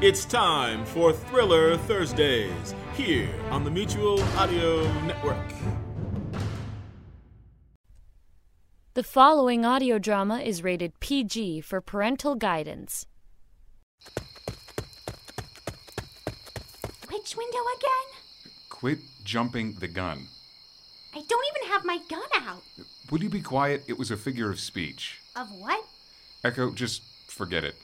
It's time for Thriller Thursdays here on the Mutual Audio Network. The following audio drama is rated PG for parental guidance. Which window again? Quit jumping the gun. I don't even have my gun out. Will you be quiet? It was a figure of speech. Of what? Echo, just forget it.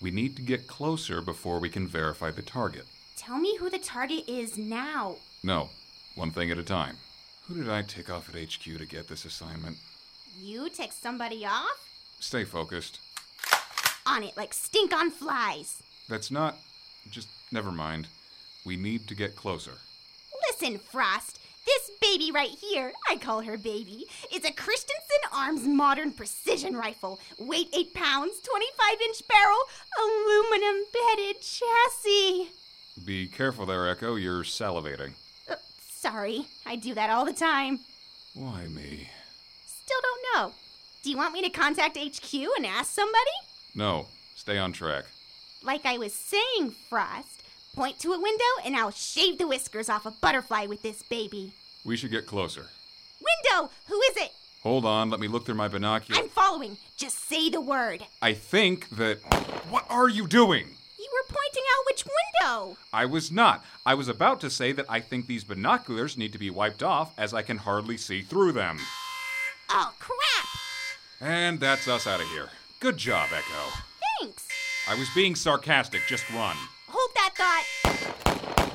We need to get closer before we can verify the target. Tell me who the target is now. No, one thing at a time. Who did I take off at HQ to get this assignment? You tick somebody off? Stay focused. On it like stink on flies. That's not. Just never mind. We need to get closer. Listen, Frost. This baby right here, I call her baby, is a Christensen Arms modern precision rifle. Weight 8 pounds, 25 inch barrel, aluminum bedded chassis. Be careful there, Echo. You're salivating. Uh, sorry, I do that all the time. Why me? Still don't know. Do you want me to contact HQ and ask somebody? No, stay on track. Like I was saying, Frost, point to a window and I'll shave the whiskers off a butterfly with this baby. We should get closer. Window! Who is it? Hold on, let me look through my binoculars. I'm following. Just say the word. I think that. What are you doing? You were pointing out which window. I was not. I was about to say that I think these binoculars need to be wiped off as I can hardly see through them. Oh, crap! And that's us out of here. Good job, Echo. Thanks. I was being sarcastic, just run. Hold that thought.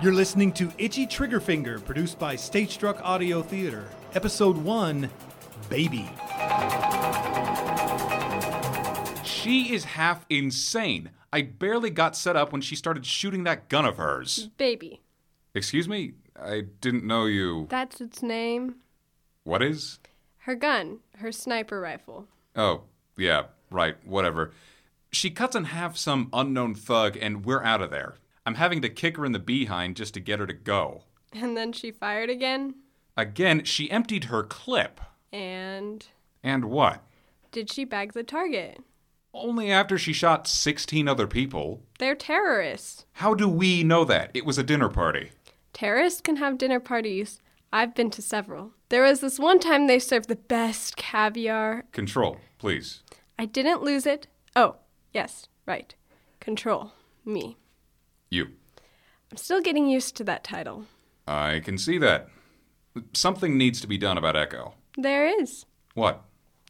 You're listening to Itchy Trigger Finger, produced by Stage Struck Audio Theater, Episode 1 Baby. She is half insane. I barely got set up when she started shooting that gun of hers. Baby. Excuse me? I didn't know you. That's its name. What is? Her gun, her sniper rifle. Oh, yeah, right, whatever. She cuts in half some unknown thug, and we're out of there. I'm having to kick her in the behind just to get her to go. And then she fired again. Again, she emptied her clip. And And what? did she bag the target? Only after she shot 16 other people. They're terrorists. How do we know that? It was a dinner party. Terrorists can have dinner parties. I've been to several. There was this one time they served the best caviar. Control, please. I didn't lose it. Oh, yes, right. Control. Me. You. I'm still getting used to that title. I can see that. Something needs to be done about Echo. There is. What?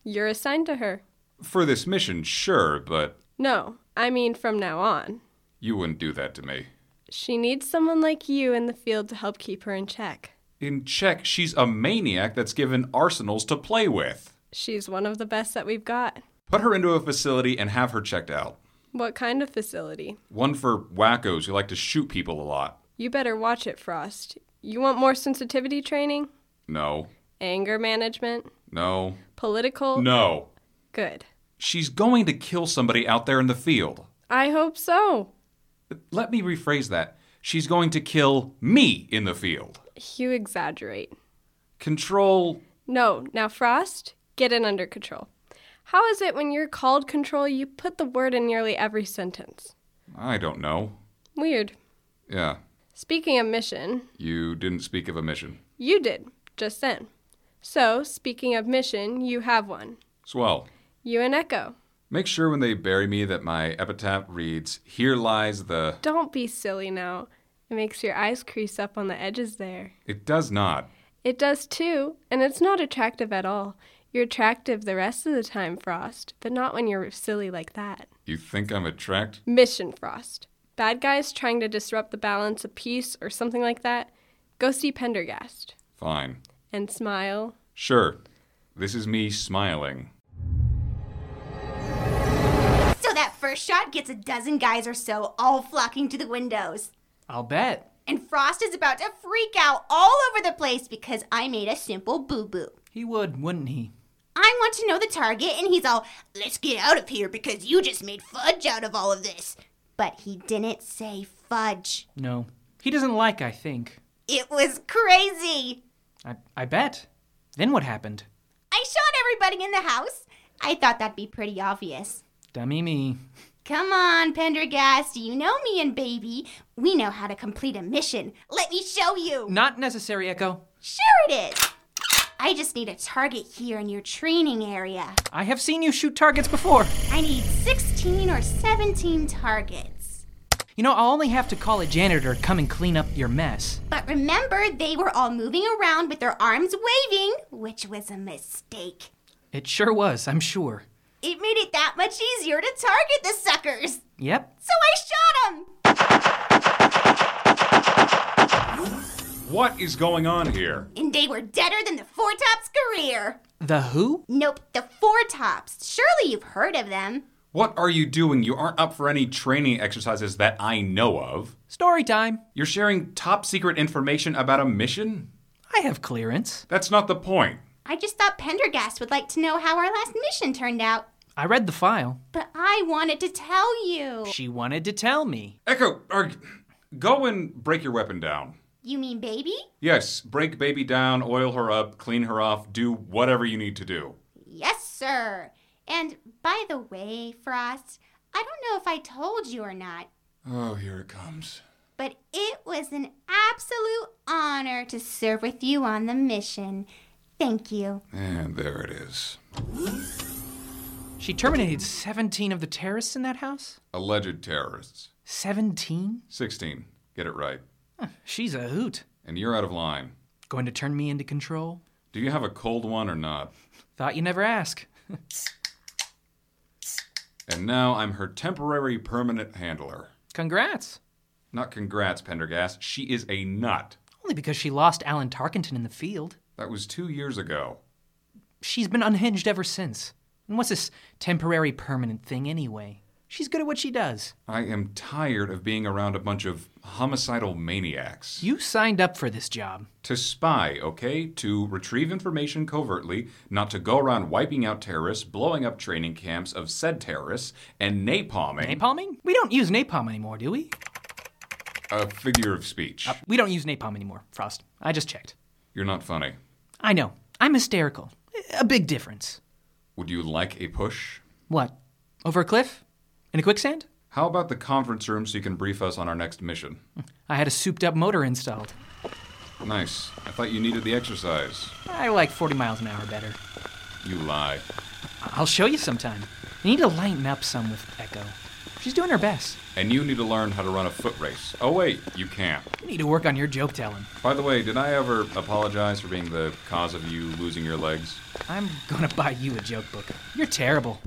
You're assigned to her. For this mission, sure, but No, I mean from now on. you wouldn't do that to me. She needs someone like you in the field to help keep her in check. In Czech, she's a maniac that's given arsenals to play with. She's one of the best that we've got. Put her into a facility and have her checked out. What kind of facility? One for wackos who like to shoot people a lot. You better watch it, Frost. You want more sensitivity training? No. Anger management? No. Political? No. Good. She's going to kill somebody out there in the field. I hope so. Let me rephrase that. She's going to kill me in the field. You exaggerate. Control. No, now, Frost, get it under control. How is it when you're called control, you put the word in nearly every sentence? I don't know. Weird. Yeah. Speaking of mission, You didn't speak of a mission. you did, just then. So, speaking of mission, you have one. Swell. You and Echo. Make sure when they bury me that my epitaph reads, Here lies the. Don't be silly now. It makes your eyes crease up on the edges there. It does not. It does too, and it's not attractive at all. You're attractive the rest of the time, Frost, but not when you're silly like that. You think I'm attract? Mission Frost. Bad guys trying to disrupt the balance of peace or something like that? Go see Pendergast. Fine. And smile. Sure. This is me smiling. So that first shot gets a dozen guys or so all flocking to the windows. I'll bet. And Frost is about to freak out all over the place because I made a simple boo boo. He would, wouldn't he? I want to know the target, and he's all, let's get out of here because you just made fudge out of all of this. But he didn't say fudge. No. He doesn't like, I think. It was crazy. I, I bet. Then what happened? I shot everybody in the house. I thought that'd be pretty obvious. Dummy me. Come on, Pendergast. You know me and Baby. We know how to complete a mission. Let me show you. Not necessary, Echo. Sure it is. I just need a target here in your training area. I have seen you shoot targets before. I need 16 or 17 targets. You know, I'll only have to call a janitor to come and clean up your mess. But remember, they were all moving around with their arms waving, which was a mistake. It sure was, I'm sure. It made it that much easier to target the suckers. Yep. So I shot them. What is going on here? And they were deader than the Four Tops' career. The who? Nope, the Four Tops. Surely you've heard of them. What are you doing? You aren't up for any training exercises that I know of. Story time. You're sharing top secret information about a mission? I have clearance. That's not the point. I just thought Pendergast would like to know how our last mission turned out. I read the file. But I wanted to tell you. She wanted to tell me. Echo, or, go and break your weapon down. You mean baby? Yes, break baby down, oil her up, clean her off, do whatever you need to do. Yes, sir. And by the way, Frost, I don't know if I told you or not, Oh, here it comes. but it was an absolute honor to serve with you on the mission. Thank you. And there it is. She terminated 17 of the terrorists in that house? Alleged terrorists. 17? 16. Get it right. She's a hoot. And you're out of line. Going to turn me into control? Do you have a cold one or not? Thought you never ask. And now I'm her temporary permanent handler. Congrats. Not congrats, Pendergast. She is a nut. Only because she lost Alan Tarkenton in the field. That was two years ago. She's been unhinged ever since. And what's this temporary permanent thing anyway? She's good at what she does. I am tired of being around a bunch of homicidal maniacs. You signed up for this job. to spy, okay? To retrieve information covertly, not to go around wiping out terrorists, blowing up training camps of said terrorists, and napalming. Napalming? We don't use napalm anymore, do we? a Uh, figure of speech. We don't use napalm anymore, Frost. I just checked. You're not funny. I know. I'm hysterical. A big difference. Would you like a push? What? Over a cliff? In a quicksand? How about the conference room so you can brief us on our next mission? I had a souped up motor installed. Nice. I thought you needed the exercise. I like 40 miles an hour better. You lie. I'll show you sometime. You need to lighten up some with Echo. She's doing her best. And you need to learn how to run a foot race. Oh, wait, you can't. You need to work on your joke telling. By the way, did I ever apologize for being the cause of you losing your legs? I'm gonna buy you a joke book. You're terrible.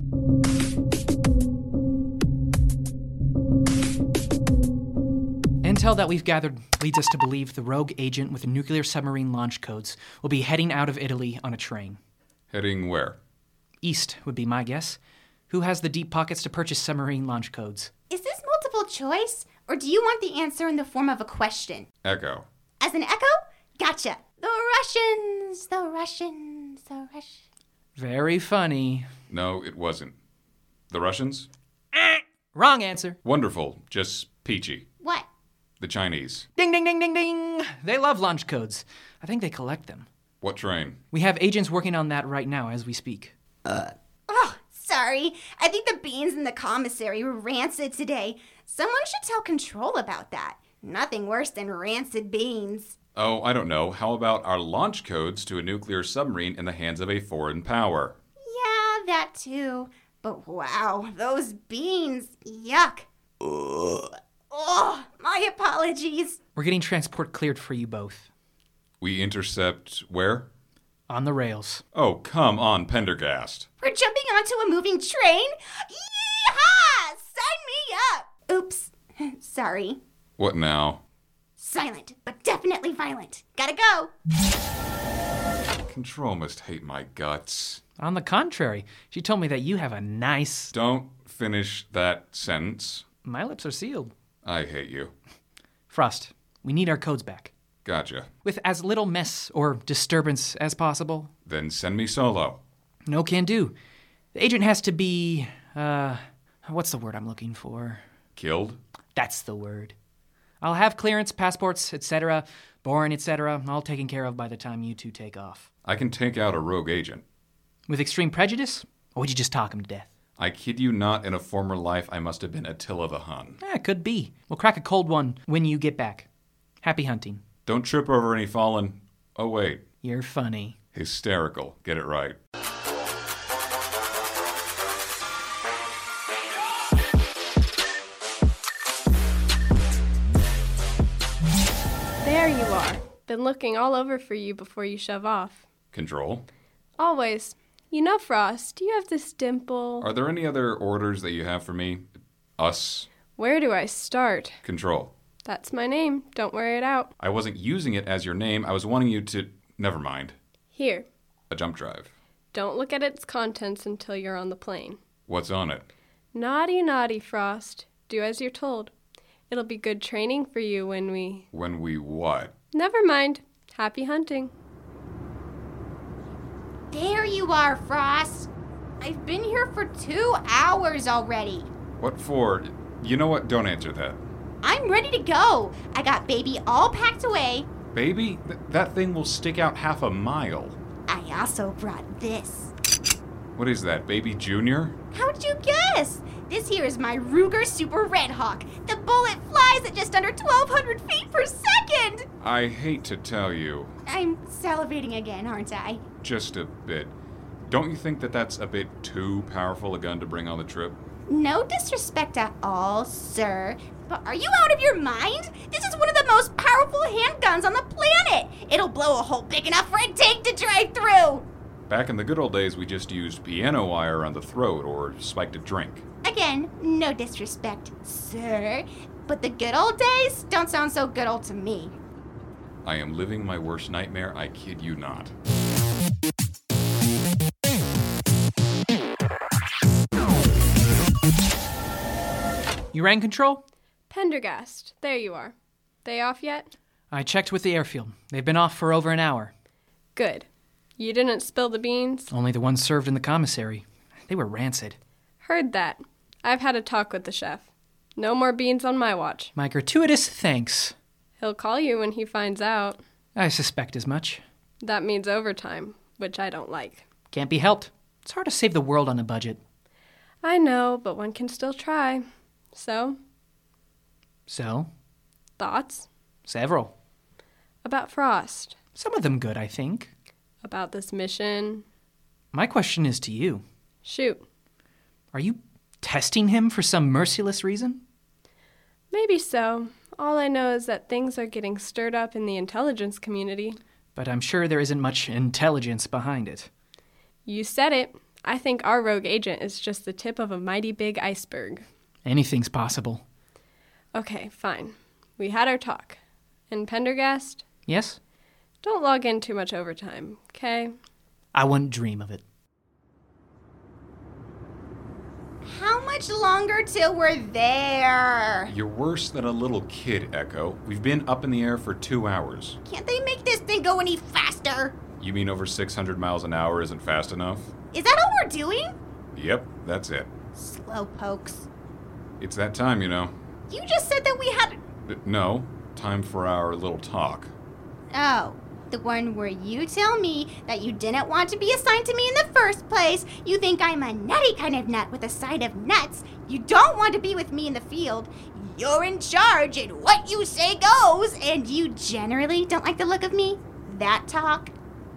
Intel that we've gathered leads us to believe the rogue agent with nuclear submarine launch codes will be heading out of Italy on a train. Heading where? East would be my guess. Who has the deep pockets to purchase submarine launch codes? Is this multiple choice, or do you want the answer in the form of a question? Echo. As an echo? Gotcha. The Russians, the Russians, the Russians. Very funny. No, it wasn't. The Russians? Wrong answer. Wonderful, just peachy. What? The Chinese. Ding, ding, ding, ding, ding. They love launch codes. I think they collect them. What train? We have agents working on that right now as we speak. Oh, sorry. I think the beans in the commissary were rancid today. Someone should tell control about that. Nothing worse than rancid beans. Oh, I don't know. How about our launch codes to a nuclear submarine in the hands of a foreign power? Yeah, that too. But wow, those beans. Yuck. Oh, my apologies. We're getting transport cleared for you both. We intercept where? On the rails. Oh, come on, Pendergast. We're jumping onto a moving train? Yeehaw! Sign me up! Oops. Sorry. What now? Silent, but definitely violent. Gotta go. Control must hate my guts. On the contrary, she told me that you have a nice. Don't finish that sentence. My lips are sealed. I hate you. Frost, we need our codes back. Gotcha. With as little mess or disturbance as possible. Then send me solo. No can do. The agent has to be. uh. What's the word I'm looking for? Killed? That's the word. I'll have clearance, passports, etc., boring, etc., all taken care of by the time you two take off. I can take out a rogue agent. With extreme prejudice, or would you just talk him to death? I kid you not, in a former life, I must have been Attila the Hun. Eh, could be. We'll crack a cold one when you get back. Happy hunting. Don't trip over any fallen. Oh, wait. You're funny. Hysterical. Get it right. There you are. Been looking all over for you before you shove off. Control. Always. You know, Frost, you have this dimple. Are there any other orders that you have for me? Us. Where do I start? Control. That's my name. Don't wear it out. I wasn't using it as your name. I was wanting you to. Never mind. Here. A jump drive. Don't look at its contents until you're on the plane. What's on it? Naughty, naughty, Frost. Do as you're told. It'll be good training for you when we. When we what? Never mind. Happy hunting. There you are, Frost. I've been here for two hours already. What for? You know what? Don't answer that. I'm ready to go. I got baby all packed away. Baby, th- that thing will stick out half a mile. I also brought this. What is that, Baby Junior? How'd you guess? This here is my Ruger Super Red Hawk. The bullet flies at just under 1,200 feet per second. I hate to tell you, I'm salivating again, aren't I? just a bit. Don't you think that that's a bit too powerful a gun to bring on the trip? No disrespect at all, sir, but are you out of your mind? This is one of the most powerful handguns on the planet. It'll blow a hole big enough for a tank to drive through. Back in the good old days, we just used piano wire on the throat or spiked a drink. Again, no disrespect, sir, but the good old days don't sound so good old to me. I am living my worst nightmare, I kid you not. You rang control? Pendergast. There you are. They off yet? I checked with the airfield. They've been off for over an hour. Good. You didn't spill the beans? Only the ones served in the commissary. They were rancid. Heard that. I've had a talk with the chef. No more beans on my watch. My gratuitous thanks. He'll call you when he finds out. I suspect as much. That means overtime, which I don't like. Can't be helped. It's hard to save the world on a budget. I know, but one can still try. So, So, thoughts? several. About Frost. Some of them good, I think. About this mission. My question is to you Shoot, Are you testing him for some merciless reason? maybe so. All I know is that things are getting stirred up in the intelligence community. But I'm sure there isn't much intelligence behind it. You said it. I think our rogue agent is just the tip of a mighty big iceberg. Anything's possible. Okay, fine. We had our talk. And Pendergast, Yes? don't log in too much overtime, okay? I wouldn't dream of it. How much longer till we're there? You're worse than a little kid, Echo. We've been up in the air for two hours. Can't they make this thing go any faster? You mean over 600 miles an hour isn't fast enough? Is that all we're doing? Yep, that's it. Slow pokes. It's that time, you know. You just said that we had. Th- No, time for our little talk. Oh, the one where you tell me that you didn't want to be assigned to me in the first place. You think I'm a nutty kind of nut with a side of nuts. You don't want to be with me in the field. You're in charge, and what you say goes, and you generally don't like the look of me? That talk?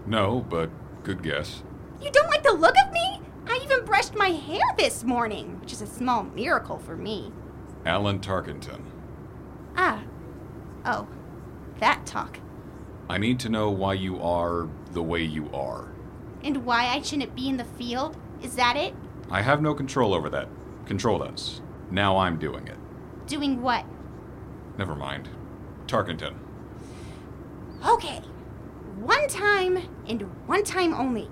No, but good guess. You don't like the look of me? I even brushed my hair this morning, which is a small miracle for me. Alan Tarkenton. Ah. Oh. That talk. I need to know why you are the way you are. And why I shouldn't be in the field? Is that it? I have no control over that. Control does. Now I'm doing it. Doing what? Never mind. Tarkenton. Okay. One time and one time only.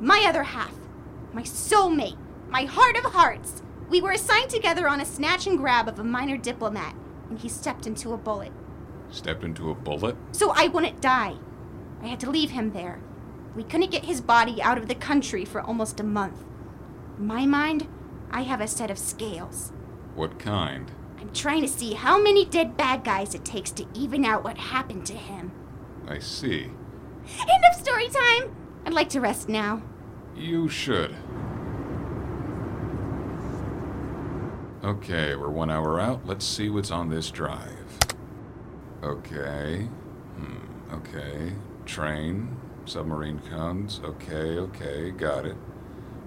My other half. My soulmate. My heart of hearts. We were assigned together on a snatch and grab of a minor diplomat, and he stepped into a bullet. Stepped into a bullet? So I wouldn't die. I had to leave him there. We couldn't get his body out of the country for almost a month. In my mind, I have a set of scales. What kind? I I'm trying to see how many dead bad guys it takes to even out what happened to him. I see. End of story time! I'd like to rest now. You should. Okay, we're one hour out. Let's see what's on this drive. Okay. Hmm. Okay. Train. Submarine cones. Okay, okay. Got it.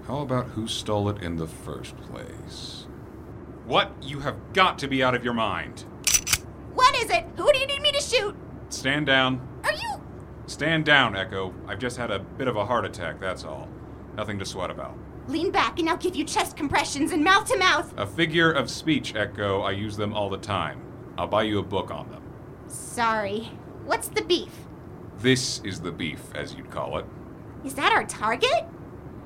How about who stole it in the first place? What? You have got to be out of your mind. What is it? Who do you need me to shoot? Stand down. Are you. Stand down, Echo. I've just had a bit of a heart attack, that's all. Nothing to sweat about. Lean back and I'll give you chest compressions and mouth to mouth. A figure of speech, Echo. I use them all the time. I'll buy you a book on them. Sorry. What's the beef? This is the beef, as you'd call it. Is that our target?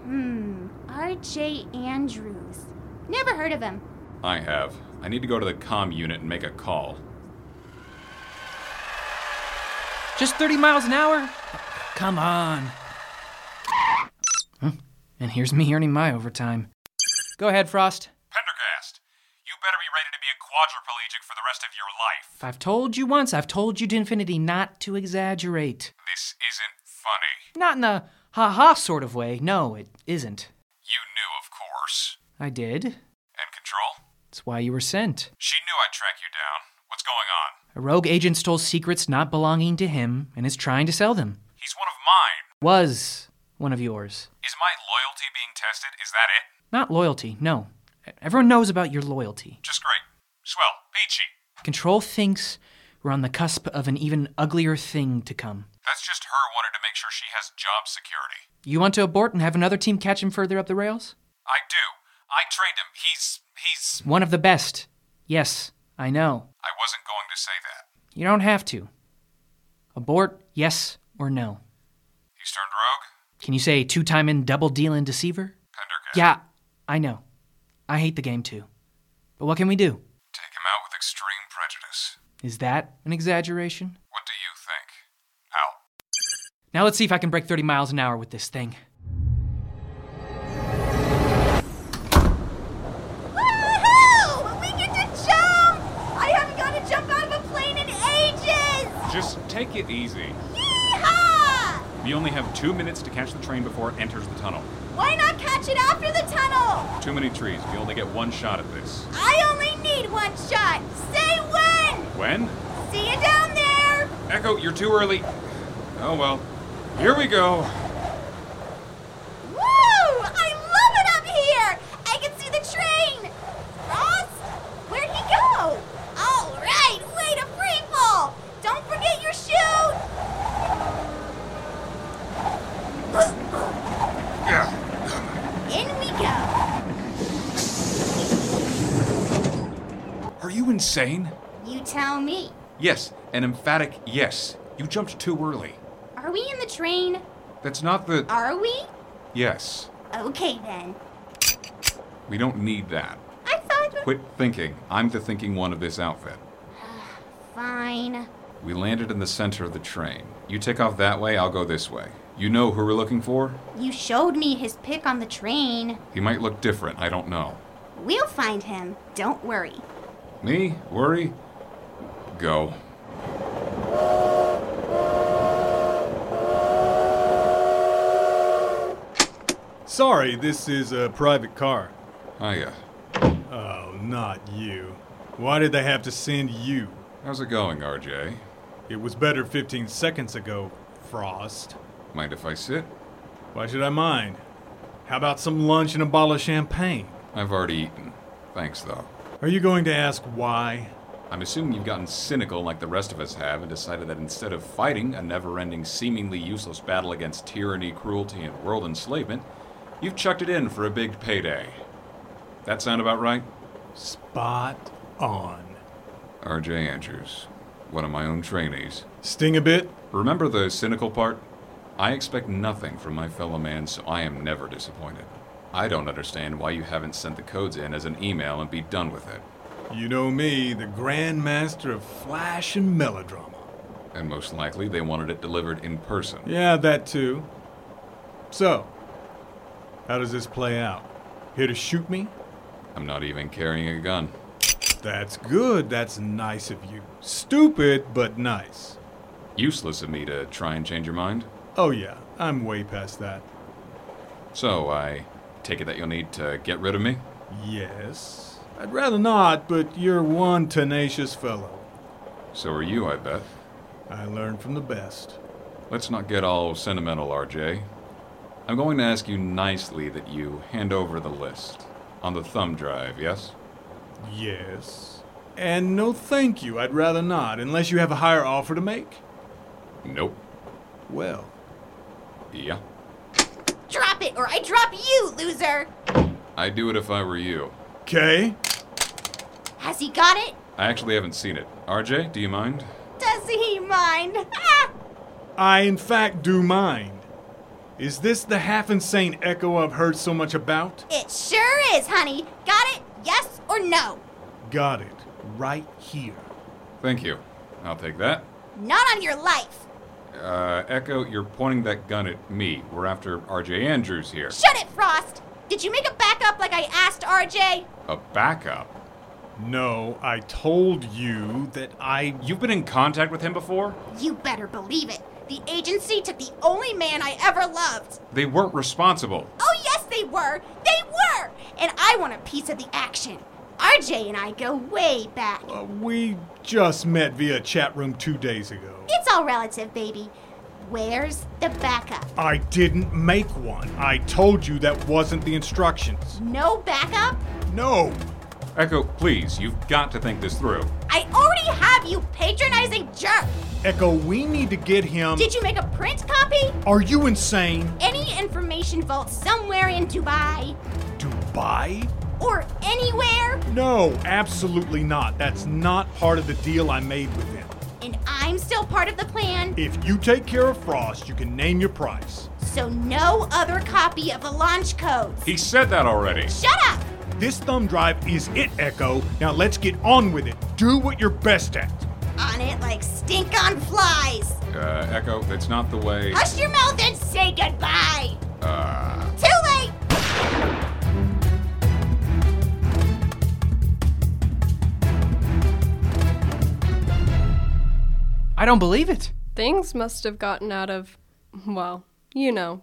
Hmm. R.J. Andrews. Never heard of him. I have. I need to go to the comm unit and make a call. Just 30 miles an hour? Come on. Huh, And here's me earning my overtime. Go ahead, Frost. Pendergast, you better be ready to be a quadriplegic for the rest of your life. If I've told you once, I've told you to infinity not to exaggerate. This isn't funny. Not in a ha ha sort of way. No, it isn't. You knew, of course. I did. And Control? It's why you were sent. She knew I'd track you down. What's going on? A rogue agent stole secrets not belonging to him and is trying to sell them. He's one of mine. Was one of yours. Is my loyalty being tested? Is that it? Not loyalty, no. E-, Everyone knows about your loyalty. Just great. Swell. Peachy. Control thinks we're on the cusp of an even uglier thing to come. That's just her wanting to make sure she has job security. You want to abort and have another team catch him further up the rails? I do. I trained him. He's. he's. One of the best. Yes, I know. I wasn't going to say that. You don't have to. Abort, yes or no. He's turned rogue? Can you say two time in double dealing deceiver? Pendergast. Yeah, I know. I hate the game too. But what can we do? Take him out with extreme prejudice. Is that an exaggeration? What do you think? Out. Now let's see if I can break 30 miles an hour with this thing. Woohoo! We get to jump! I haven't got to jump out of a plane in ages! Just take it easy. Yeehaw! We only have two minutes to catch the train before it enters the tunnel. Why not catch it after the tunnel? Too many trees. We only get one shot at this. I only need one shot. Say when! When? See you down there! Echo, you're too early. Oh well. Here we go. Woo! I love it up here! I can see the train! Ross? Where'd he go? All right, way to free fall! Don't forget your shoe! Yeah. In we go. Are you insane? You tell me. Yes, an emphatic yes. You jumped too early. Are we in the train? That's not the. Are we? Yes. Okay then. We don't need that. I thought. Quit thinking. I'm the thinking one of this outfit. Fine. We landed in the center of the train. You take off that way, I'll go this way. You know who we're looking for? You showed me his pick on the train. He might look different, I don't know. We'll find him. Don't worry. Me? Worry? Go. Sorry, this is a private car. Hiya. Oh, not you. Why did they have to send you? How's it going, RJ? It was better 15 seconds ago, Frost. Mind if I sit? Why should I mind? How about some lunch and a bottle of champagne? I've already eaten. Thanks, though. Are you going to ask why? I'm assuming you've gotten cynical like the rest of us have and decided that instead of fighting a never ending, seemingly useless battle against tyranny, cruelty, and world enslavement, you've chucked it in for a big payday. That sound about right? Spot on. RJ Andrews, one of my own trainees. Sting a bit? Remember the cynical part? I expect nothing from my fellow man, so I am never disappointed. I don't understand why you haven't sent the codes in as an email and be done with it. You know me, the grand master of flash and melodrama. And most likely, they wanted it delivered in person. Yeah, that too. So, how does this play out? Here to shoot me? I'm not even carrying a gun. That's good. That's nice of you. Stupid, but nice. Useless of me to try and change your mind. Oh, yeah, I'm way past that. So I take it that you'll need to get rid of me? Yes. I'd rather not, but you're one tenacious fellow. So are you, I bet. I learned from the best. Let's not get all sentimental, RJ. I'm going to ask you nicely that you hand over the list on the thumb drive, yes? Yes. And no thank you, I'd rather not, unless you have a higher offer to make. Nope. Well, Yeah. Drop it or I drop you, loser! I'd do it if I were you. okay. Has he got it? I actually haven't seen it. RJ, do you mind? Does he mind? Ah! I, in fact, do mind. Is this the half insane echo I've heard so much about? It sure is, honey. Got it? Yes or no? Got it. Right here. Thank you. I'll take that. Not on your life. Uh, Echo, you're pointing that gun at me. We're after RJ Andrews here. Shut it, Frost. Did you make a backup like I asked, RJ? A backup? No, I told you that I. You've been in contact with him before? You better believe it. The agency took the only man I ever loved. They weren't responsible. Oh, yes, they were. They were. And I want a piece of the action. RJ and I go way back. Uh, we just met via chat room two days ago. It's all relative, baby. Where's the backup? I didn't make one. I told you that wasn't the instructions. No backup? No! Echo, please, you've got to think this through. I already have you patronizing jerk. Echo, we need to get him. Did you make a print copy? Are you insane? Any information vault somewhere in Dubai? Dubai? Or anywhere? No, absolutely not. That's not part of the deal I made with him. And I'm still part of the plan, If you take care of Frost, you can name your price. so no other copy of the launch codes. He said that already. Shut up! This thumb drive is it, Echo. Now let's get on with it. Do what you're best at. On it like stink on flies. Uh, Echo, that's not the way. Hush your mouth and say goodbye. Too late. I don't believe it. Things must have gotten out of, well, you know,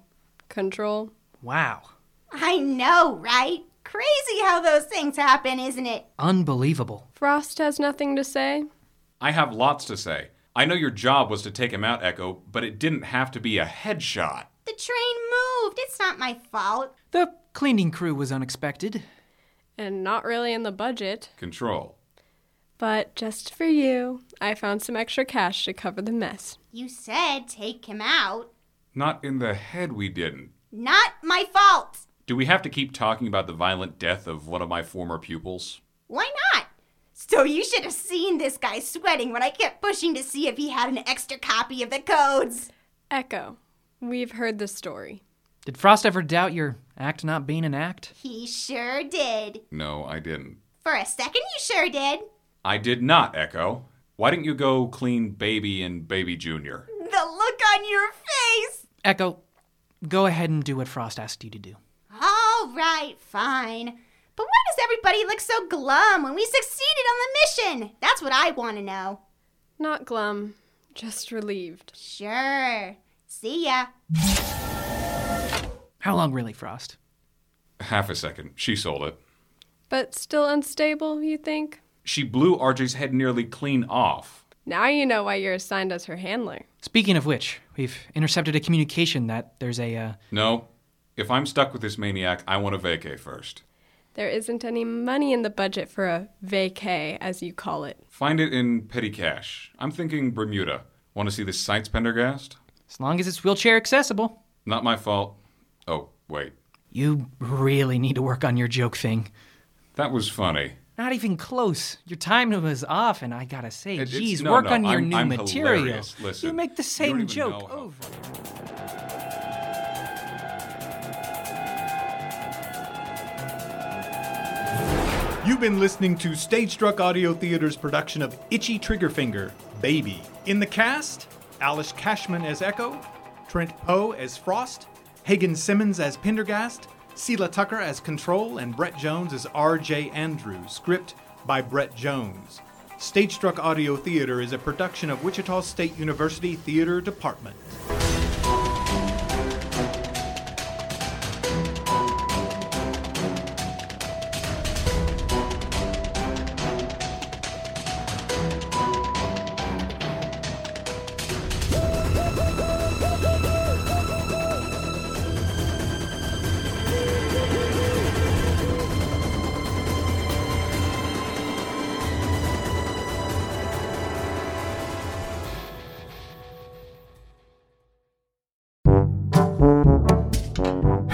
control. Wow. I know, right? Crazy how those things happen, isn't it? Unbelievable. Frost has nothing to say. I have lots to say. I know your job was to take him out, Echo, but it didn't have to be a headshot. The train moved. It's not my fault. The cleaning crew was unexpected. And not really in the budget. Control. But just for you, I found some extra cash to cover the mess. You said take him out. Not in the head, we didn't. Not my fault. Do we have to keep talking about the violent death of one of my former pupils? Why not? So you should have seen this guy sweating when I kept pushing to see if he had an extra copy of the codes. Echo, we've heard the story. Did Frost ever doubt your act not being an act? He sure did. No, I didn't. For a second, you sure did. I did not, Echo. Why didn't you go clean Baby and Baby Junior? The look on your face. Echo, go ahead and do what Frost asked you to do. All right, fine. But why does everybody look so glum when we succeeded on the mission? That's what I want to know. Not glum, just relieved. Sure. See ya. How long, really, Frost? Half a second. She sold it. But still unstable, you think? She blew RJ's head nearly clean off. Now you know why you're assigned as her handler. Speaking of which, we've intercepted a communication that there's a, uh, No. If I'm stuck with this maniac, I want a vacay first. There isn't any money in the budget for a vacay, as you call it. Find it in petty cash. I'm thinking Bermuda. Want to see the sights, Pendergast? as long as it's wheelchair accessible. Not my fault. Oh, wait. You really need to work on your joke thing. That was funny. Not even close. Your time was off, and I gotta say, It- it's- geez, no, work no, on your I'm- new I'm material. hilarious. Listen, you make you the don't same even know joke how- over. You've been listening to Stage Struck Audio Theater's production of Itchy Triggerfinger, Baby. In the cast, Alice Cashman as Echo, Trent Poe as Frost, Hagen Simmons as Pendergast, Sela Tucker as Control, and Brett Jones as R.J. Andrews. Script by Brett Jones. Stage Struck Audio Theater is a production of Wichita State University Theater Department.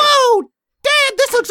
Whoa, Dad, this looks